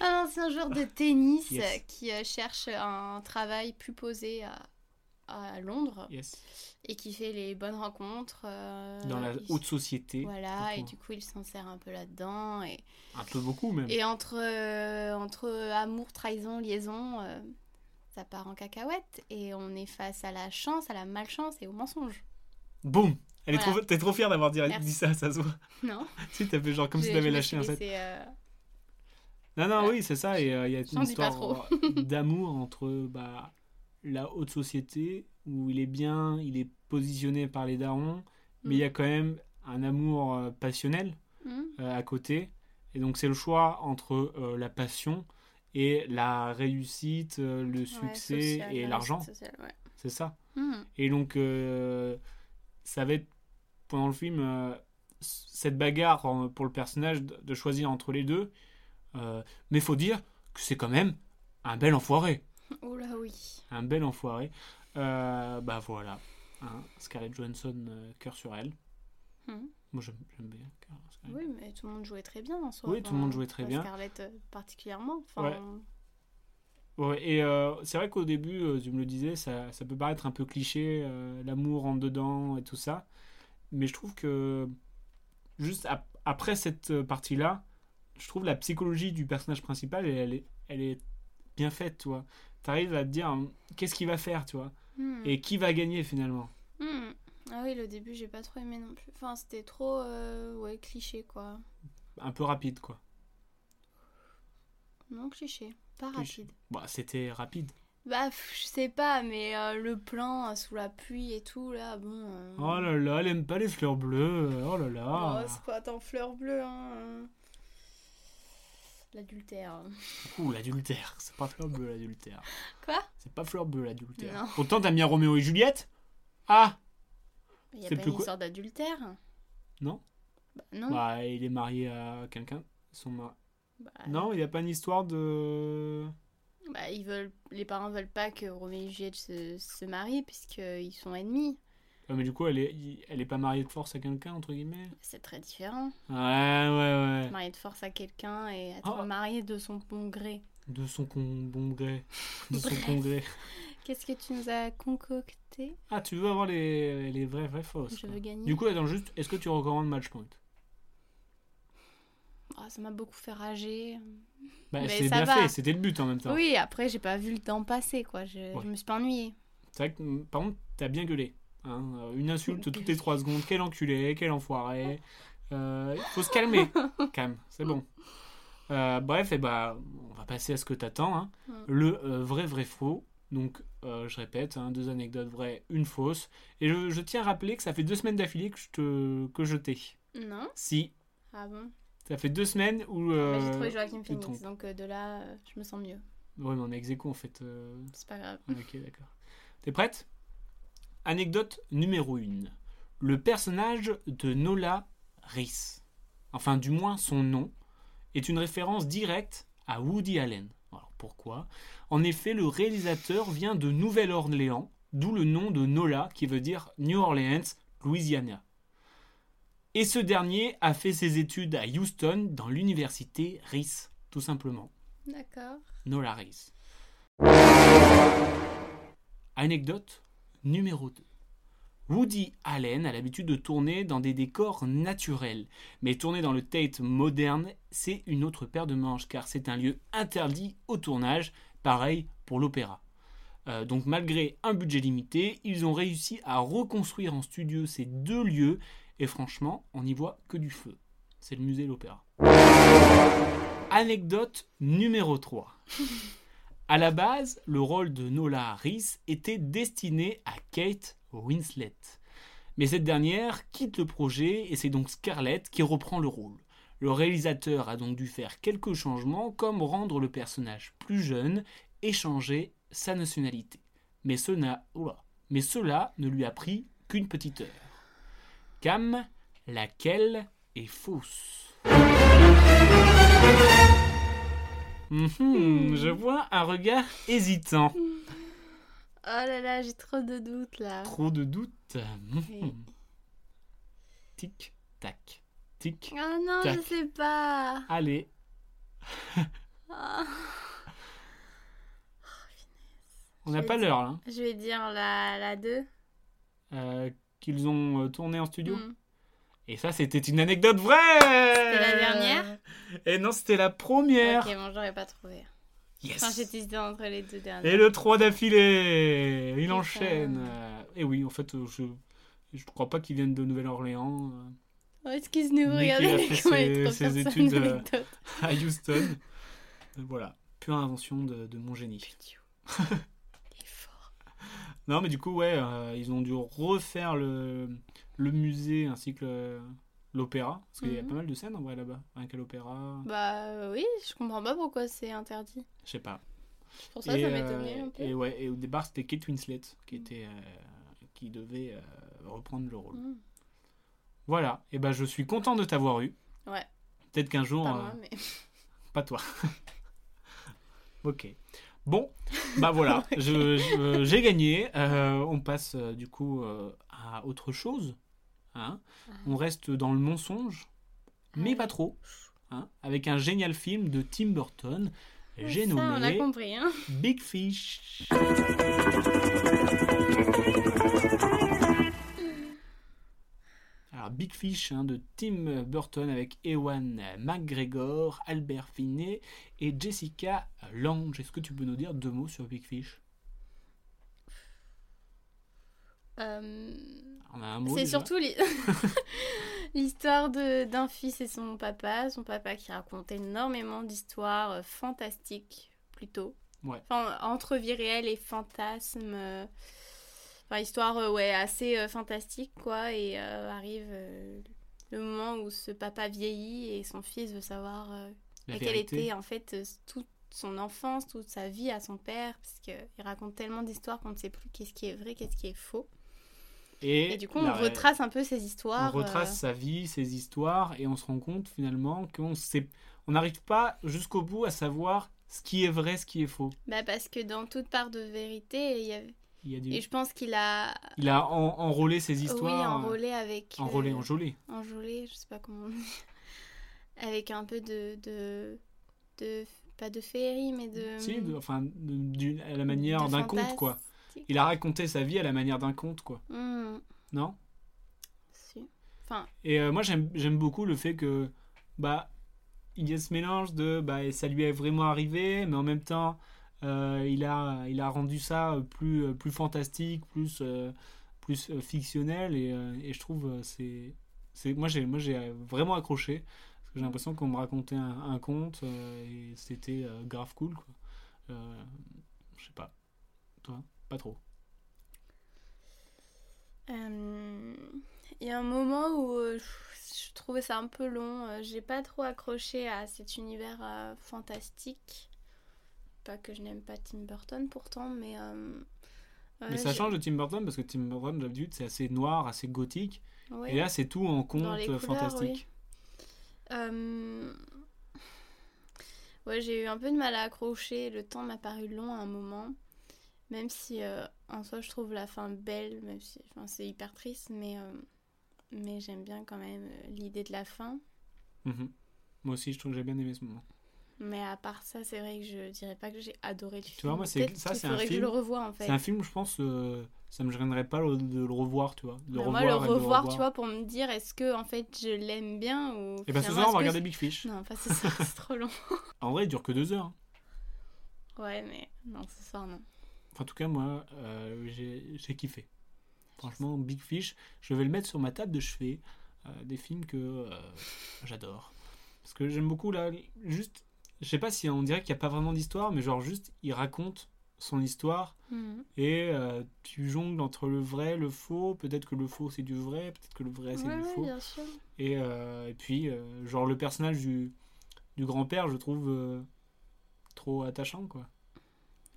S10: un ancien joueur de tennis
S9: Yes.
S10: euh, qui euh, cherche un travail plus posé à, à Londres
S9: Yes.
S10: et qui fait les bonnes rencontres. euh,
S9: Dans la
S10: il-
S9: haute société.
S10: Voilà, et
S9: surtout.
S10: du coup il s'insère un peu là-dedans. Et,
S9: Un peu beaucoup, même.
S10: et entre, euh, entre amour, trahison, liaison, euh, ça part en cacahuète. Et on est face à la chance, à la malchance et au mensonge.
S9: Boum Elle est
S10: Voilà.
S9: trop, T'es trop fière d'avoir dit,
S10: Merci.
S9: dit ça, ça se voit.
S10: Non
S9: Si, t'as fait genre comme si
S10: Je- je
S9: t'avais
S10: me
S9: lâché
S10: suis
S9: un set.
S10: laissée, euh,
S9: Non, non,
S10: Voilà.
S9: oui, c'est ça. Et euh, il y a une
S10: J'en dis pas
S9: histoire euh, d'amour entre bah, la haute société, où il est bien, il est positionné par les darons, mais il y
S10: Mm.
S9: a quand même un amour euh, passionnel
S10: hmm.
S9: euh, à côté. Et donc, c'est le choix entre euh, la passion et la réussite, euh, le succès
S10: Ouais, social,
S9: et
S10: la
S9: l'argent.
S10: réussite sociale, ouais.
S9: C'est ça.
S10: Mhm.
S9: Et donc, euh, ça va être pendant le film euh, s- cette bagarre en- pour le personnage de de choisir entre les deux. Euh, mais faut dire que c'est quand même un bel enfoiré.
S10: Oh là oui.
S9: Un bel enfoiré. Euh, bah voilà. Hein, Scarlett Johansson, euh, cœur sur elle.
S10: Mhm.
S9: Moi j'aime j'aime bien. cœur sur elle.
S10: Oui, mais tout le monde jouait très bien en soi.
S9: Oui, tout le monde jouait très
S10: pas
S9: bien.
S10: Scarlett euh, particulièrement. Enfin,
S9: Ouais. Ouais, et euh, c'est vrai qu'au début, euh, tu me le disais, ça, ça peut paraître un peu cliché, euh, l'amour en dedans et tout ça. Mais je trouve que juste ap- après cette euh, partie-là, je trouve la psychologie du personnage principal, elle, elle est, elle est bien faite, tu vois. T'arrives à te dire hum, qu'est-ce qu'il va faire, tu vois,
S10: mhm.
S9: et qui va gagner finalement.
S10: Mhm. Ah oui, le début, j'ai pas trop aimé non plus. Enfin, c'était trop euh, ouais, cliché, quoi.
S9: Un peu rapide, quoi.
S10: Non, cliché. Pas
S9: Cliché.
S10: rapide.
S9: Bon, c'était rapide.
S10: Bah, pff, je sais pas, mais euh, le plan euh, sous la pluie et tout, là, bon. euh,
S9: Oh là là, elle aime pas les fleurs bleues, oh là
S10: oh,
S9: là.
S10: c'est quoi, t'en fleurs bleues, hein. euh. L'adultère.
S9: Ouh, l'adultère, c'est pas fleur bleue l'adultère.
S10: Quoi
S9: C'est pas fleur bleue l'adultère.
S10: Non.
S9: Pourtant, t'as mis Roméo et Juliette Ah
S10: Il y a
S9: C'est
S10: pas
S9: plus
S10: une
S9: quoi
S10: histoire d'adultère
S9: Non.
S10: Bah, non.
S9: Bah, il est marié à quelqu'un. Son ma-
S10: Bah,
S9: Non, il n'y a pas une histoire de.
S10: Bah, ils veulent, les parents veulent pas que Roméo et Juliette se, se marient puisqu'ils sont ennemis.
S9: Ah, mais du coup, elle est, il- elle est pas mariée de force à quelqu'un, entre guillemets
S10: C'est très différent.
S9: Ouais, ouais, ouais.
S10: Marier de force à quelqu'un et être
S9: Oh.
S10: marié de son bon gré.
S9: De son con... bon gré. De son
S10: Bref.
S9: congrès.
S10: Qu'est-ce que tu nous as concocté
S9: Ah, tu veux avoir les, les vrais, vrais fausses.
S10: Je
S9: quoi.
S10: veux gagner.
S9: Du coup, attends juste, est-ce que tu recommandes Matchpoint
S10: Ah, ça m'a beaucoup fait rager.
S9: bah,
S10: Mais
S9: C'est
S10: ça
S9: bien
S10: va.
S9: fait, c'était le but en même temps.
S10: Oui, après, j'ai pas vu le temps passer, quoi. Je,
S9: Ouais.
S10: je me suis pas ennuyée.
S9: C'est vrai que, mm, par contre, t'as bien gueulé. hein. Euh, Une insulte toutes les trois secondes. Quel enculé, quel enfoiré. Euh, faut se calmer. Calme, c'est bon. Euh, bref, et bah, on va passer à ce que t'attends. hein.
S10: Mm.
S9: Le euh, vrai, vrai, faux. Donc, euh, je répète, hein, deux anecdotes vraies, une fausse. Et je, je tiens à rappeler que ça fait deux semaines d'affilée que je te que je t'ai.
S10: Non
S9: Si,
S10: Ah bon
S9: ça fait deux semaines où.
S10: Bah, J'ai
S9: euh,
S10: trouvé Joachim
S9: il
S10: Phoenix,
S9: trompe.
S10: donc euh, de là, euh, je me sens mieux.
S9: Ouais, mais on est ex aequo, en fait. euh,
S10: C'est pas grave.
S9: Ok, d'accord. T'es prête Anecdote numéro 1. Le personnage de Nola Rice, enfin du moins son nom, est une référence directe à Woody Allen. Alors pourquoi En effet, le réalisateur vient de Nouvelle-Orléans, d'où le nom de Nola qui veut dire New Orleans, Louisiana. Et ce dernier a fait ses études à Houston dans l'université Rice, tout simplement.
S10: D'accord.
S9: Nola Rice. Anecdote numéro 2. Woody Allen a l'habitude de tourner dans des décors naturels, mais tourner dans le Tate moderne, c'est une autre paire de manches car c'est un lieu interdit au tournage, pareil pour l'opéra. Euh, donc malgré un budget limité, ils ont réussi à reconstruire en studio ces deux lieux et franchement, on n'y voit que du feu. C'est le musée de l'opéra. Anecdote numéro 3. À la base, le rôle de Nola Harris était destiné à Kate Winslet. Mais cette dernière quitte le projet et c'est donc Scarlett qui reprend le rôle. Le réalisateur a donc dû faire quelques changements comme rendre le personnage plus jeune et changer sa nationalité. Mais, ce n'a- oula. Mais cela ne lui a pris qu'une petite heure. Cam, laquelle est fausse Mhm, Je vois un regard hésitant.
S10: Oh là là, j'ai trop de doutes là.
S9: Trop de doutes.
S10: Oui.
S9: Tic, tac, tic.
S10: Ah non, je
S9: Tac.
S10: sais pas.
S9: Allez,
S10: Ah.
S9: on n'a
S10: Je
S9: pas
S10: vais
S9: l'heure là.
S10: Je vais dire la, la 2.
S9: Euh, Qu'ils ont euh, tourné en studio.
S10: Mm. Hmm.
S9: Et ça, c'était une anecdote vraie C'était
S10: la dernière
S9: Et non, c'était la première
S10: Ok, bon, j'aurais pas trouvé.
S9: Yes.
S10: Enfin, j'étais entre les deux dernières.
S9: Et le 3 d'affilée Il
S10: Putain.
S9: enchaîne Et oui, en fait, euh, je je crois pas qu'ils viennent de Nouvelle-Orléans, euh,
S10: Oh, excuse-nous,
S9: Nick, il a
S10: regardez
S9: fait
S10: comment il
S9: ses-
S10: trouve
S9: ses
S10: personne
S9: études, euh,
S10: anecdote.
S9: à Houston. Euh, voilà, pure invention de, de mon génie.
S10: Idiot. Il est fort.
S9: Non, mais du coup, ouais, euh, ils ont dû refaire le, le musée ainsi que le- l'opéra. Parce qu'il y a
S10: Mhm.
S9: pas mal de scènes en vrai là-bas. Rien qu'à l'opéra.
S10: Bah euh, oui, je comprends pas pourquoi c'est interdit.
S9: Je sais pas.
S10: C'est Pour ça, ça m'étonnait
S9: euh,
S10: un peu.
S9: Et, ouais, et au départ, c'était Kate Winslet qui, était, euh, qui devait euh, reprendre le rôle.
S10: Mm.
S9: Voilà, et ben je suis content de t'avoir eu.
S10: Ouais,
S9: Peut-être qu'un jour.
S10: pas
S9: euh,
S10: moi, mais.
S9: Pas toi. ok. Bon, bah voilà, je- je- j'ai gagné. Euh, on passe euh, du coup euh, à autre chose. hein. On reste dans le mensonge, mais
S10: Ah. oui.
S9: pas trop. hein, avec un génial film de Tim Burton. J'ai
S10: Ah, Ça, on a
S9: nommé
S10: compris, hein.
S9: Big Fish. Alors, Big Fish hein, de Tim Burton avec Ewan McGregor, Albert Finney et Jessica Lange. Est-ce que tu peux nous dire deux mots sur Big Fish
S10: Euh,
S9: On a un mot.
S10: c'est
S9: déjà
S10: surtout l'hi- l'histoire de- d'un fils et son papa. Son papa qui raconte énormément d'histoires euh, fantastiques, plutôt.
S9: Ouais.
S10: Enfin, entre vie réelle et fantasme. euh, Enfin, histoire, euh, ouais, assez euh, fantastique, quoi. Et euh, arrive euh, le moment où ce papa vieillit et son fils veut savoir euh,
S9: La
S10: et quelle
S9: vérité.
S10: était en fait euh, toute son enfance, toute sa vie à son père, parce qu'il raconte tellement d'histoires qu'on ne sait plus qu'est-ce qui est vrai, qu'est-ce qui est faux.
S9: Et,
S10: Et, du coup, on
S9: la-
S10: retrace euh, un peu ces
S9: On
S10: histoires.
S9: retrace sa vie, ses histoires, et on se rend compte finalement qu'on sait- on n'arrive pas jusqu'au bout à savoir ce qui est vrai, ce qui est faux.
S10: euh, bah, parce que dans toute part de vérité, il y avait-
S9: Il, y a du-
S10: et je pense qu'il a
S9: Il a en- enrôlé ses
S10: oui,
S9: histoires. euh,
S10: enrôlé avec.
S9: Enrôlé,
S10: euh,
S9: enjolé.
S10: enjôlé, je sais pas comment on dit. Avec un peu de. de, de- pas de féerie, mais de.
S9: Si, de- enfin, de- d'une- à la manière
S10: Euh, de
S9: d'un conte,
S10: fantas-
S9: quoi.
S10: sympathique.
S9: Il a raconté sa vie à la manière d'un conte, quoi.
S10: Hmm,
S9: Non
S10: si.
S9: Et euh, moi, j'aime j'aime beaucoup le fait que, bah, il y a ce mélange de, bah, ça lui est vraiment arrivé, mais en même temps, euh, il, a, il a rendu ça euh, plus, plus fantastique, plus, euh, plus euh, fictionnel, et, euh, et je trouve, euh, c'est. c'est- Moi, j'ai moi, j'ai euh, vraiment accroché, parce que j'ai l'impression qu'on me racontait un, un conte, euh, et c'était euh, grave cool, quoi. Euh, je sais pas. Toi, pas trop.
S10: Euh, Il y a un moment où euh, je trouvais ça un peu long. euh, J'ai pas trop accroché à cet univers euh, fantastique. Pas que je n'aime pas Tim Burton pourtant, mais. euh, ouais,
S9: mais ça
S10: je-
S9: change de Tim Burton, parce que Tim Burton, d'habitude, c'est assez noir, assez gothique.
S10: ouais.
S9: Et là, c'est tout en conte
S10: Dans les couleurs,
S9: fantastique.
S10: Euh, Ouais, j'ai eu un peu de mal à accrocher. Le temps m'a paru long à un moment. Même si euh, en soi je trouve la fin belle, même si enfin, c'est hyper triste, mais, euh, mais j'aime bien quand même euh, l'idée de la fin.
S9: Mhm. Moi aussi, je trouve que j'ai bien aimé ce moment.
S10: Mais à part ça, c'est vrai que je dirais pas que j'ai adoré le film.
S9: vois, moi, c'est-
S10: Peut-être
S9: ça,
S10: qu'il
S9: c'est un
S10: faudrait que je le
S9: film-
S10: revoie en fait.
S9: C'est un film, je pense, euh, ça me gênerait pas le- de le revoir, tu vois. De
S10: Bah,
S9: revoir
S10: moi, le
S9: et de
S10: revoir, tu vois, pour me dire est-ce que en fait je l'aime bien ou.
S9: Et bah, ce soir, on
S10: finalement,
S9: va
S10: est-ce que
S9: regarder Big Fish.
S10: c'est- Non, pas ce soir, c'est trop long.
S9: En vrai, il dure que deux heures. hein.
S10: Ouais, mais non, ce soir, non.
S9: Enfin, en tout cas, moi, euh, j'ai j'ai kiffé. Franchement, Big Fish, je vais le mettre sur ma table de chevet. euh, des films que euh, j'adore. Parce que j'aime beaucoup, là, juste. Je sais pas si on dirait qu'il n'y a pas vraiment d'histoire, mais genre, juste, il raconte son histoire
S10: Mhm.
S9: Et euh, tu jongles entre le vrai, le faux. Peut-être que le faux c'est du vrai, peut-être que le vrai Eh, c'est
S10: Ouais,
S9: du
S10: ouais,
S9: faux.
S10: bien sûr.
S9: Et, euh, et puis, euh, genre le personnage du, du grand-père, je trouve euh, trop attachant quoi.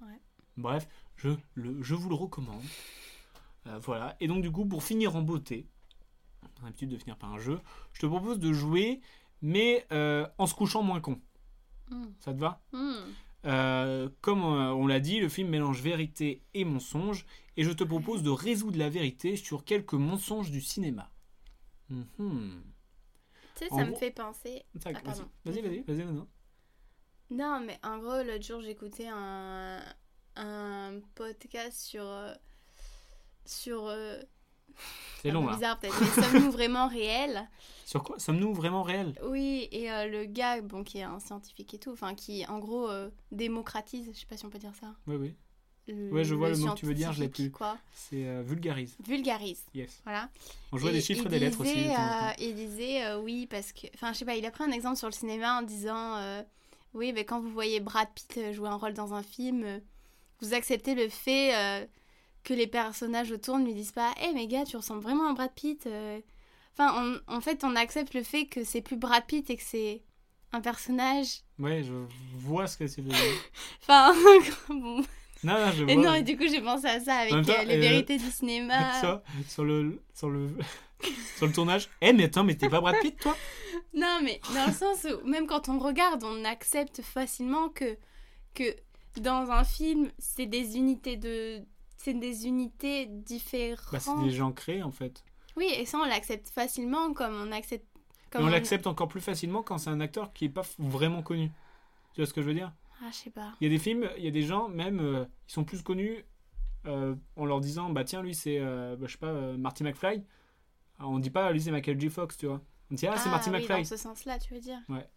S10: Ouais.
S9: Bref, je, le, je vous le recommande. Euh, voilà. Et donc, du coup, pour finir en beauté, on a l'habitude de finir par un jeu, je te propose de jouer, mais euh, en se couchant moins con.
S10: Mm.
S9: Ça te va
S10: Mm.
S9: euh, comme euh, on l'a dit, le film mélange vérité et mensonge, et je te propose de résoudre la vérité sur quelques mensonges du cinéma. Mhm.
S10: Tu sais,
S9: En
S10: ça me
S9: gros-
S10: fait penser.
S9: Tac,
S10: Ah,
S9: vas-y,
S10: pardon.
S9: vas-y, vas-y, vas-y, maintenant.
S10: Non, mais en gros, l'autre jour, j'écoutais un... un podcast sur. euh, Sur. euh,
S9: C'est
S10: un
S9: long
S10: peu
S9: là.
S10: bizarre peut-être, mais sommes-nous vraiment réels
S9: Sur quoi Sommes-nous vraiment réels
S10: Oui, et euh, le gars, bon, qui est un scientifique et tout, enfin, qui en gros euh, démocratise, je sais pas si on peut dire ça.
S9: Oui, oui.
S10: le-
S9: Ouais, je vois le mot que tu veux dire, je l'ai
S10: scientifique,
S9: plus.
S10: Quoi.
S9: C'est euh, vulgarise.
S10: Vulgarise,
S9: Yes.
S10: voilà.
S9: On jouait
S10: Et-
S9: des chiffres
S10: il
S9: et des lettres aussi.
S10: disait,
S9: de temps en
S10: euh,
S9: temps.
S10: il disait euh, oui parce que, enfin je sais pas, il a pris un exemple sur le cinéma en disant euh, oui mais quand vous voyez Brad Pitt euh, jouer un rôle dans un film, euh, vous acceptez le fait euh, que les personnages autour ne lui disent pas, hé mais gars tu ressembles vraiment à Brad Pitt. euh. Enfin on- en fait on accepte le fait que c'est plus Brad Pitt et que c'est un personnage.
S9: Ouais, je vois ce que c'est. de-
S10: Enfin bon.
S9: non, non, je vois.
S10: et non ah. et du coup j'ai pensé à ça avec
S9: En même temps,
S10: euh, les
S9: euh,
S10: vérités du cinéma.
S9: Ça, sur le, sur le, sur le tournage. Eh, mais attends, mais t'es pas Brad Pitt, toi
S10: Non, mais dans le sens où même quand on regarde, on accepte facilement que, que dans un film, c'est des unités de c'est des unités différentes.
S9: Bah, c'est des gens créés en fait.
S10: Oui, et ça on l'accepte facilement comme on accepte comme
S9: Mais on l'accepte encore plus facilement quand c'est un acteur qui est pas f- vraiment connu. Tu vois ce que je veux dire
S10: Ah, je sais pas.
S9: Il y a des films, il y a des gens, même, euh, ils sont plus connus euh, en leur disant, bah tiens, lui, c'est, euh, bah, je sais pas, euh, Marty McFly. Alors, on dit pas, lui, c'est Michael J. Fox, tu vois. On dit, ah, c'est Marty
S10: oui,
S9: McFly.
S10: dans ce sens-là, tu veux dire
S9: Ouais.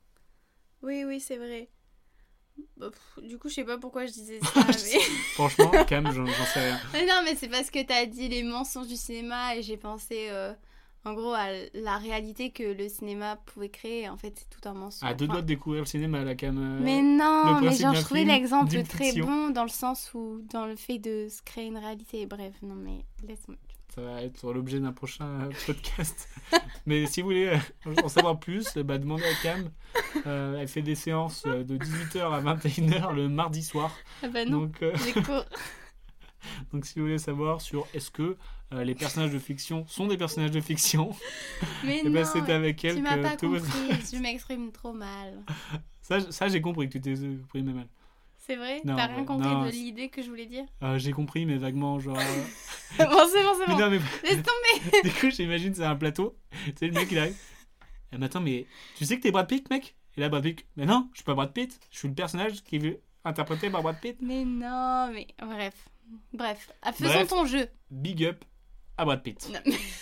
S10: Oui, oui, c'est vrai. Bah, pff, du coup, je sais pas pourquoi je disais ça, mais...
S9: Franchement, Cam, j'en j'en sais rien.
S10: Mais non, mais c'est parce que t'as dit les mensonges du cinéma et j'ai pensé euh, en gros à la réalité que le cinéma pouvait créer. En fait, c'est tout un mensonge.
S9: À deux
S10: Enfin,
S9: doigts Ah, de découvrir le cinéma, la Cam. euh,
S10: Mais non,
S9: le
S10: mais
S9: principe
S10: genre,
S9: d'un
S10: je trouvais
S9: film,
S10: l'exemple
S9: d'une
S10: très
S9: fiction.
S10: bon dans le sens où, dans le fait de se créer une réalité. Bref, non, mais laisse moi
S9: Ça va être l'objet d'un prochain euh, podcast. Mais si vous voulez euh, en savoir plus, euh, bah, demandez à Cam. Euh, elle fait des séances euh, de 18h à 21h le mardi soir.
S10: Ah bah non,
S9: Donc, euh,
S10: j'ai cours.
S9: donc si vous voulez savoir sur est-ce que euh, les personnages de fiction sont des personnages de fiction,
S10: Mais
S9: et
S10: non,
S9: ben c'est avec elle
S10: tu m'as
S9: que
S10: pas
S9: tout
S10: compris, je m'exprime trop mal.
S9: ça, j- ça j'ai compris que tu t'es compris mais mal.
S10: C'est vrai
S9: Non,
S10: T'as rien
S9: ouais,
S10: compris
S9: non,
S10: de
S9: c'est-
S10: l'idée que je voulais dire
S9: Euh, j'ai compris mais vaguement genre. euh,
S10: Bon, c'est bon, c'est
S9: mais
S10: bon.
S9: non mais
S10: Laisse tomber
S9: du coup j'imagine c'est un plateau. C'est le mec il arrive. Eh, mais attends mais tu sais que t'es Brad Pitt mec Et là Brad Pitt. Mais non je suis pas Brad Pitt. Je suis le personnage qui est interprété par Brad Pitt.
S10: Mais non, mais bref, Bref, ah, faisons
S9: Bref.
S10: ton jeu.
S9: Big up à Brad Pitt.
S10: Non.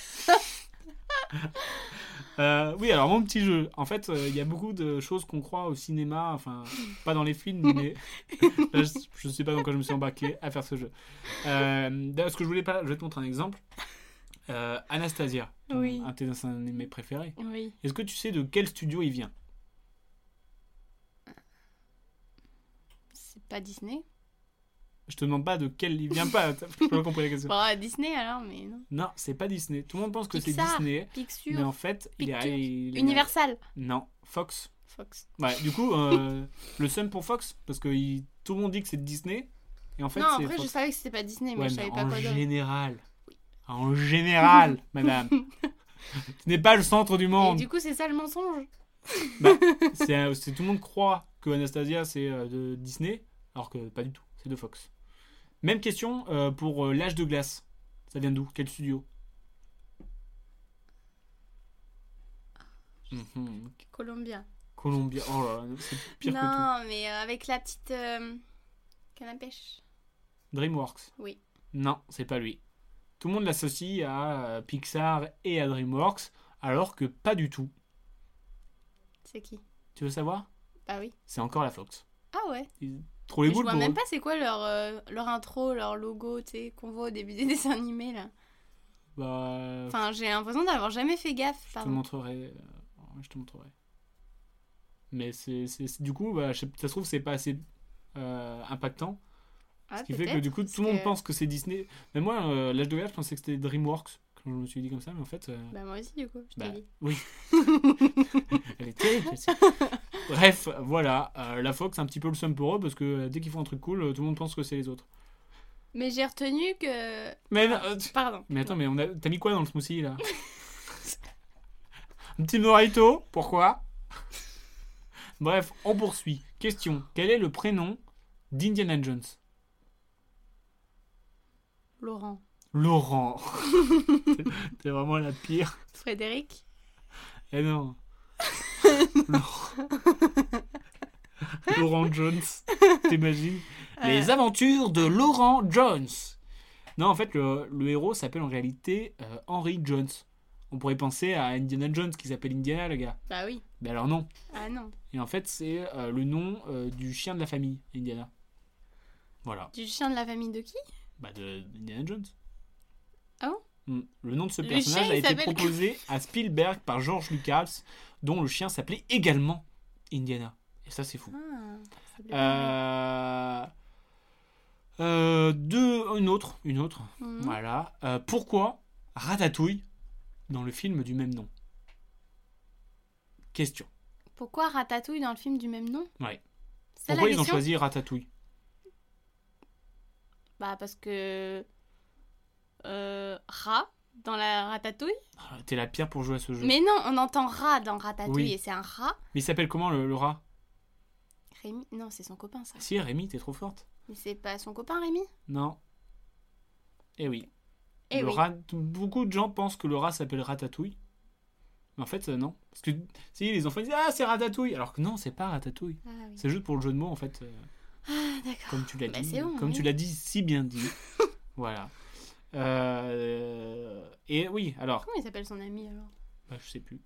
S9: Euh, oui, alors mon petit jeu. En fait, euh, il y a beaucoup de choses qu'on croit au cinéma, enfin, pas dans les films, mais là, je- je ne sais pas dans quoi je me suis embarqué à faire ce jeu. Euh, d'ailleurs, ce que je voulais pas, je vais te montrer un exemple. Euh, Anastasia, ton-
S10: Oui.
S9: un de tes dessins animés préférés.
S10: Oui.
S9: Est-ce que tu sais de quel studio il vient
S10: C'est pas Disney.
S9: Je te demande pas de quel il vient pas. t'as- J'ai pas compris la question.
S10: Bon, à Disney alors, mais non.
S9: Non, c'est pas Disney. Tout le monde pense que c'est
S10: Pixar.
S9: Disney, mais
S10: Pixure,
S9: en fait, il est,
S10: Pictures.
S9: il est-
S10: Universal,
S9: Non, Fox.
S10: Fox.
S9: Ouais, du coup, euh, le seum pour Fox, parce que il- tout le monde dit que c'est Disney, et en fait,
S10: non,
S9: c'est
S10: après, je
S9: Fox.
S10: savais que c'était pas Disney, mais
S9: Ouais,
S10: je
S9: mais
S10: savais pas
S9: en
S10: quoi d'autre.
S9: général, en général, madame, ce n'est pas le centre du
S10: Et
S9: monde.
S10: du coup, c'est ça le mensonge.
S9: C'est un- c'est- tout le monde croit que Anastasia c'est euh, de Disney, alors que pas du tout, c'est de Fox. Même question euh, pour euh, l'âge de glace. Ça vient d'où Quel studio
S10: Ah,
S9: Mhm.
S10: Colombien.
S9: Colombia. Oh là là, c'est pire que tout.
S10: non, mais euh, avec la petite euh, canne à pêche.
S9: DreamWorks.
S10: Oui.
S9: Non, c'est pas lui. Tout le monde l'associe à euh, Pixar et à DreamWorks, alors que pas du tout.
S10: C'est qui
S9: Tu veux savoir
S10: Bah oui.
S9: C'est encore la Fox.
S10: Ah ouais.
S9: Trop les
S10: Je
S9: boules
S10: vois
S9: pour
S10: même
S9: eux.
S10: pas c'est quoi leur, euh, leur intro, leur logo, tu sais, qu'on voit au début des dessins animés là.
S9: Bah,
S10: Enfin, j'ai l'impression d'avoir jamais fait gaffe.
S9: je te
S10: Pardon.
S9: montrerai. euh, ouais, je te montrerai. Mais c'est c'est- c'est- du coup, bah, je sais- ça se trouve c'est pas assez euh, impactant,
S10: Ah,
S9: ce qui fait que
S10: peut-être,
S9: du coup
S10: parce
S9: tout le monde
S10: que-
S9: pense que c'est Disney. Mais moi, euh, l'âge de verre, je pensais que c'était DreamWorks quand je me suis dit comme ça, mais en fait. euh,
S10: Bah moi aussi du coup, je
S9: Bah,
S10: t'ai dit.
S9: oui. Elle est terrible. celle-ci. Bref, voilà. euh, la Fox, un petit peu le seum pour eux parce que euh, dès qu'ils font un truc cool, euh, tout le monde pense que c'est les autres.
S10: Mais j'ai retenu que...
S9: Mais, non, euh, tu-
S10: Pardon.
S9: mais attends, mais on a... t'as mis quoi dans le smoothie là Un petit morito Pourquoi Bref, on poursuit. Question Quel est le prénom d'Indiana Jones
S10: Laurent.
S9: Laurent. T'es- T'es vraiment la pire.
S10: Frédéric
S9: Eh non. Laurent. Laurent Jones. T'imagines Les aventures de Laurent Jones. Non, en fait, le, le héros s'appelle en réalité euh, Henry Jones. On pourrait penser à Indiana Jones qui s'appelle Indiana, le gars.
S10: Bah oui.
S9: Mais alors non.
S10: Ah non.
S9: Et en fait, c'est euh, le nom euh, du chien de la famille, Indiana. Voilà.
S10: Du chien de la famille de qui
S9: Bah, de Indiana Jones.
S10: Ah bon
S9: Mm. Le nom de ce
S10: Le
S9: personnage
S10: chien,
S9: a
S10: il
S9: été
S10: s'appelle-
S9: proposé à Spielberg par George Lucas, dont le chien s'appelait également Indiana. Et ça, c'est fou.
S10: Ah, ça me plaît
S9: Euh...
S10: Ah,
S9: euh, deux, une autre, une autre.
S10: pas. Mhm.
S9: Voilà. Euh, pourquoi Ratatouille dans le film du même nom Question.
S10: Pourquoi Ratatouille dans le film du même nom
S9: Ouais.
S10: C'est la
S9: Pourquoi ils ont
S10: question
S9: choisi Ratatouille
S10: Bah parce que... Euh, rat dans la ratatouille
S9: Ah, T'es la pire pour jouer à ce jeu. Mais,
S10: Mais non, on entend rat dans ratatouille
S9: Oui.
S10: et c'est un rat.
S9: il s'appelle comment le, le rat
S10: Rémi... Non, c'est son copain ça.
S9: Si, Rémi, t'es trop forte.
S10: Mais c'est pas son copain Rémi
S9: Non. Eh oui.
S10: Eh
S9: le
S10: oui.
S9: rat, beaucoup de gens pensent que le rat s'appelle Ratatouille. Mais en fait, euh, non. Parce que si les enfants disent Ah, c'est Ratatouille Alors que non, c'est pas Ratatouille.
S10: Ah oui.
S9: C'est juste pour le jeu de mots, en fait. euh,
S10: Ah d'accord.
S9: comme tu l'as
S10: Bah,
S9: dit,
S10: c'est bon,
S9: comme
S10: oui.
S9: tu l'as dit si bien dit. voilà. Euh, et oui, alors,
S10: Comment il s'appelle son ami alors
S9: bah, je sais plus.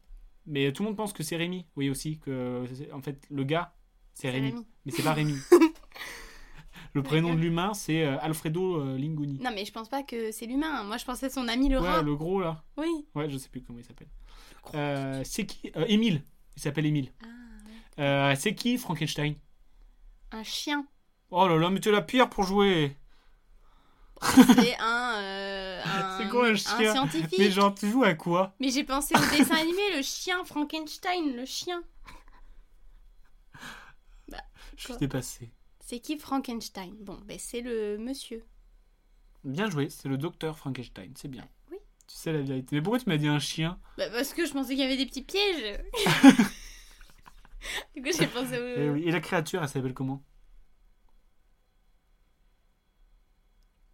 S9: Mais tout le monde pense que c'est Rémi. Oui aussi que c'est- en fait le gars c'est Rémi,
S10: Rémi.
S9: mais c'est pas Rémi. le prénom de l'humain c'est euh, Alfredo euh, Lingoni.
S10: Non mais je pense pas que c'est l'humain. Moi je pensais son ami le
S9: ouais,
S10: rat.
S9: le gros là.
S10: Oui.
S9: Ouais, je sais plus comment il s'appelle. Euh, c'est qui Euh, Émile. Il s'appelle Émile.
S10: Ah, ouais.
S9: Euh, c'est qui Frankenstein
S10: un chien.
S9: Oh là là, mais t'es la pire pour jouer.
S10: C'est un, euh, un-
S9: C'est quoi un chien
S10: scientifique.
S9: Mais genre tu joues à quoi
S10: Mais j'ai pensé au dessin animé, le chien Frankenstein, le chien.
S9: Je suis
S10: Quoi
S9: dépassé.
S10: C'est qui Frankenstein Bon, ben c'est le monsieur.
S9: Bien joué, c'est le docteur Frankenstein, c'est bien.
S10: Oui.
S9: Tu sais la vérité. Mais pourquoi tu m'as dit un chien
S10: Bah, parce que je pensais qu'il y avait des petits pièges. du coup j'ai pensé au...
S9: Eh oui, Et la créature, elle s'appelle comment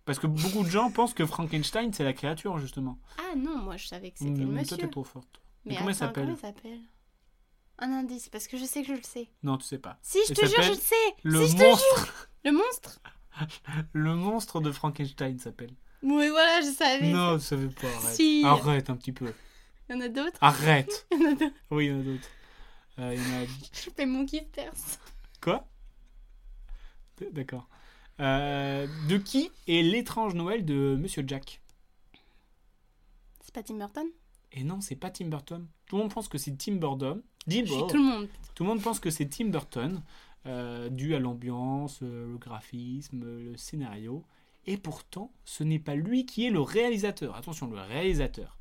S9: Parce que beaucoup de gens pensent que Frankenstein, c'est la créature, justement.
S10: Ah non, moi je savais que c'était
S9: Mais
S10: le
S9: Toi,
S10: monsieur.
S9: t'es trop forte. Mais,
S10: Mais
S9: comment elle
S10: attends,
S9: s'appelle
S10: il s'appelle Un indice, parce que je sais que je le sais.
S9: Non, tu sais pas.
S10: Si, je
S9: Il
S10: te jure, je
S9: s'appelle
S10: le sais.
S9: Le
S10: si, je te jure.
S9: monstre
S10: Le monstre
S9: Le monstre de Frankenstein s'appelle.
S10: Oui, voilà, je savais.
S9: Non, tu savais pas. Arrête.
S10: Si.
S9: Arrête un petit peu.
S10: Il y en a d'autres.
S9: Arrête.
S10: Il y en a d'autres.
S9: Oui, il y en a d'autres. Euh, il y en a
S10: Je fais mon kiff perso.
S9: Quoi D- D'accord. Euh, de qui est l'étrange Noël de Monsieur Jack
S10: C'est pas Tim Burton
S9: Et non, c'est pas Tim Burton. Tout le monde pense que c'est Tim Burton. Tim
S10: Je suis
S9: Burton.
S10: tout le monde.
S9: Tout le monde pense que c'est Tim Burton, euh, dû à l'ambiance, euh, le graphisme, euh, le scénario. Et pourtant, ce n'est pas lui qui est le réalisateur. Attention, le réalisateur.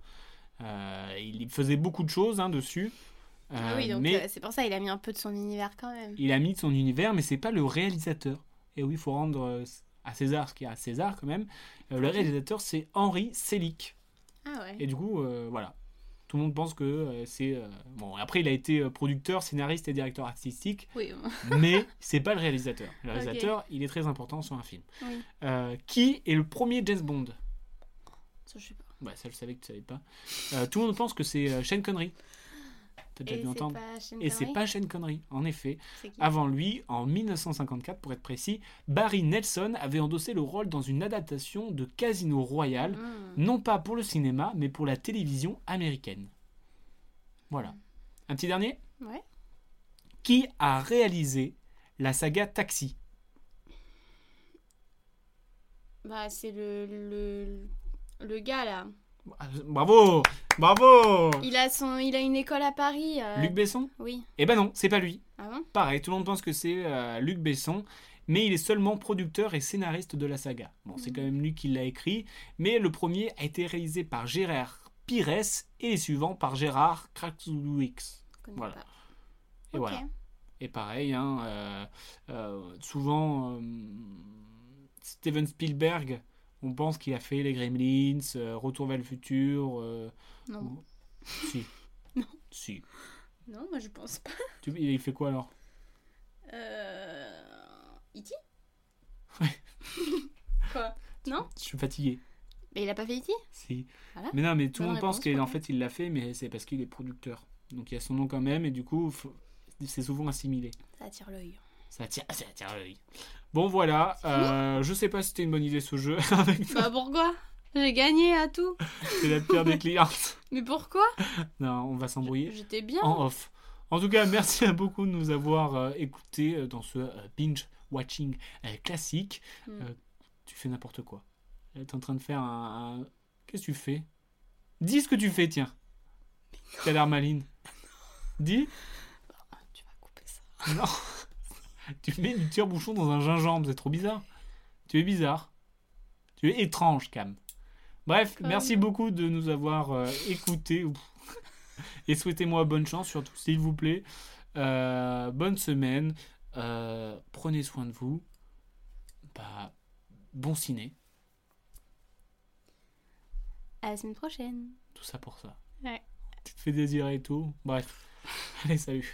S9: Euh, il faisait beaucoup de choses hein, dessus.
S10: Ah oui,
S9: Euh,
S10: donc
S9: mais
S10: euh, c'est pour ça il a mis un peu de son univers quand même.
S9: il a mis de son univers, mais c'est pas le réalisateur. Et oui, il faut rendre euh, à César ce qui est à César quand même. Euh, le réalisateur, c'est Henri Selick.
S10: Ah ouais.
S9: Et du coup, euh, voilà. Tout le monde pense que euh, c'est. euh, Bon, après, il a été euh, producteur, scénariste et directeur artistique
S10: Oui, bon.
S9: mais c'est pas le réalisateur. Le réalisateur, il est très important sur un film.
S10: Oui.
S9: Euh, qui est le premier James Bond
S10: Ça, je sais pas.
S9: Ouais, ça je savais que tu savais pas. Euh, tout le monde pense que c'est euh, Sean Connery. T'as déjà
S10: Et
S9: dû
S10: c'est
S9: entendre.
S10: pas Shane
S9: Et c'est
S10: Connery
S9: pas Sean Connery, en effet.
S10: C'est qui
S9: Avant lui, en 1954 pour être précis, Barry Nelson avait endossé le rôle dans une adaptation de Casino Royale,
S10: Hmm.
S9: non pas pour le cinéma, mais pour la télévision américaine. Voilà. Un petit dernier
S10: Ouais.
S9: Qui a réalisé la saga Taxi
S10: Bah, c'est le, le, le gars là.
S9: Ah, Bravo Bravo
S10: Il a, son, il a une école à Paris. euh,
S9: Luc Besson
S10: Oui.
S9: Eh ben non, c'est pas lui.
S10: Ah bon
S9: Pareil, tout le monde pense que c'est euh, Luc Besson, mais il est seulement producteur et scénariste de la saga. Bon, c'est
S10: Mhm.
S9: quand même lui qui l'a écrit, mais le premier a été réalisé par Gérard Pires et les suivants par Gérard Krakowicz.
S10: Je connais
S9: Voilà.
S10: pas.
S9: Et
S10: Ok.
S9: voilà. Et pareil, hein, euh, euh, souvent euh, Steven Spielberg, on pense qu'il a fait les Gremlins, euh, Retour vers le futur. euh,
S10: Non,
S9: ou- Si.
S10: Non.
S9: Si.
S10: non, moi je pense pas.
S9: Tu- Il fait quoi alors
S10: Euh. E.T.
S9: Ouais.
S10: Quoi
S9: Je suis fatigué.
S10: Mais il a pas fait E E.T.
S9: Si.
S10: Hein Voilà.
S9: Mais non, mais tout le
S10: Bonne
S9: monde pense
S10: réponse,
S9: qu'en
S10: pardon.
S9: fait il l'a fait, mais c'est parce qu'il est producteur. Donc il y a son nom quand même, et du coup, faut- c'est souvent assimilé.
S10: Ça attire l'œil.
S9: Ça attire, ça attire l'œil. Bon, voilà. euh, je sais pas si c'était une bonne idée ce jeu. avec
S10: Bah pourquoi J'ai gagné à tout.
S9: c'est la pire des clientes.
S10: Mais pourquoi
S9: Non, on va s'embrouiller
S10: J'étais bien.
S9: en off. En tout cas, merci à beaucoup de nous avoir euh, écoutés euh, dans ce euh, binge watching euh, classique.
S10: Mm.
S9: Euh, tu fais n'importe quoi. Euh, T'es en train de faire un. un- Qu'est-ce que tu fais Dis ce que tu fais, tiens. T'as l'air maline. Dis.
S10: Tu vas couper ça.
S9: Non. tu mets du tire-bouchon dans un gingembre, c'est trop bizarre. Tu es bizarre. Tu es étrange, Cam. Bref,
S10: Comme.
S9: merci beaucoup de nous avoir euh, écoutés. Ouf. Et souhaitez-moi bonne chance, surtout, s'il vous plaît. Euh, bonne semaine. Euh, prenez soin de vous. Bah, bon ciné.
S10: À la semaine prochaine.
S9: Tout ça pour ça.
S10: Ouais.
S9: Tu te fais désirer et tout. Bref. Allez, salut.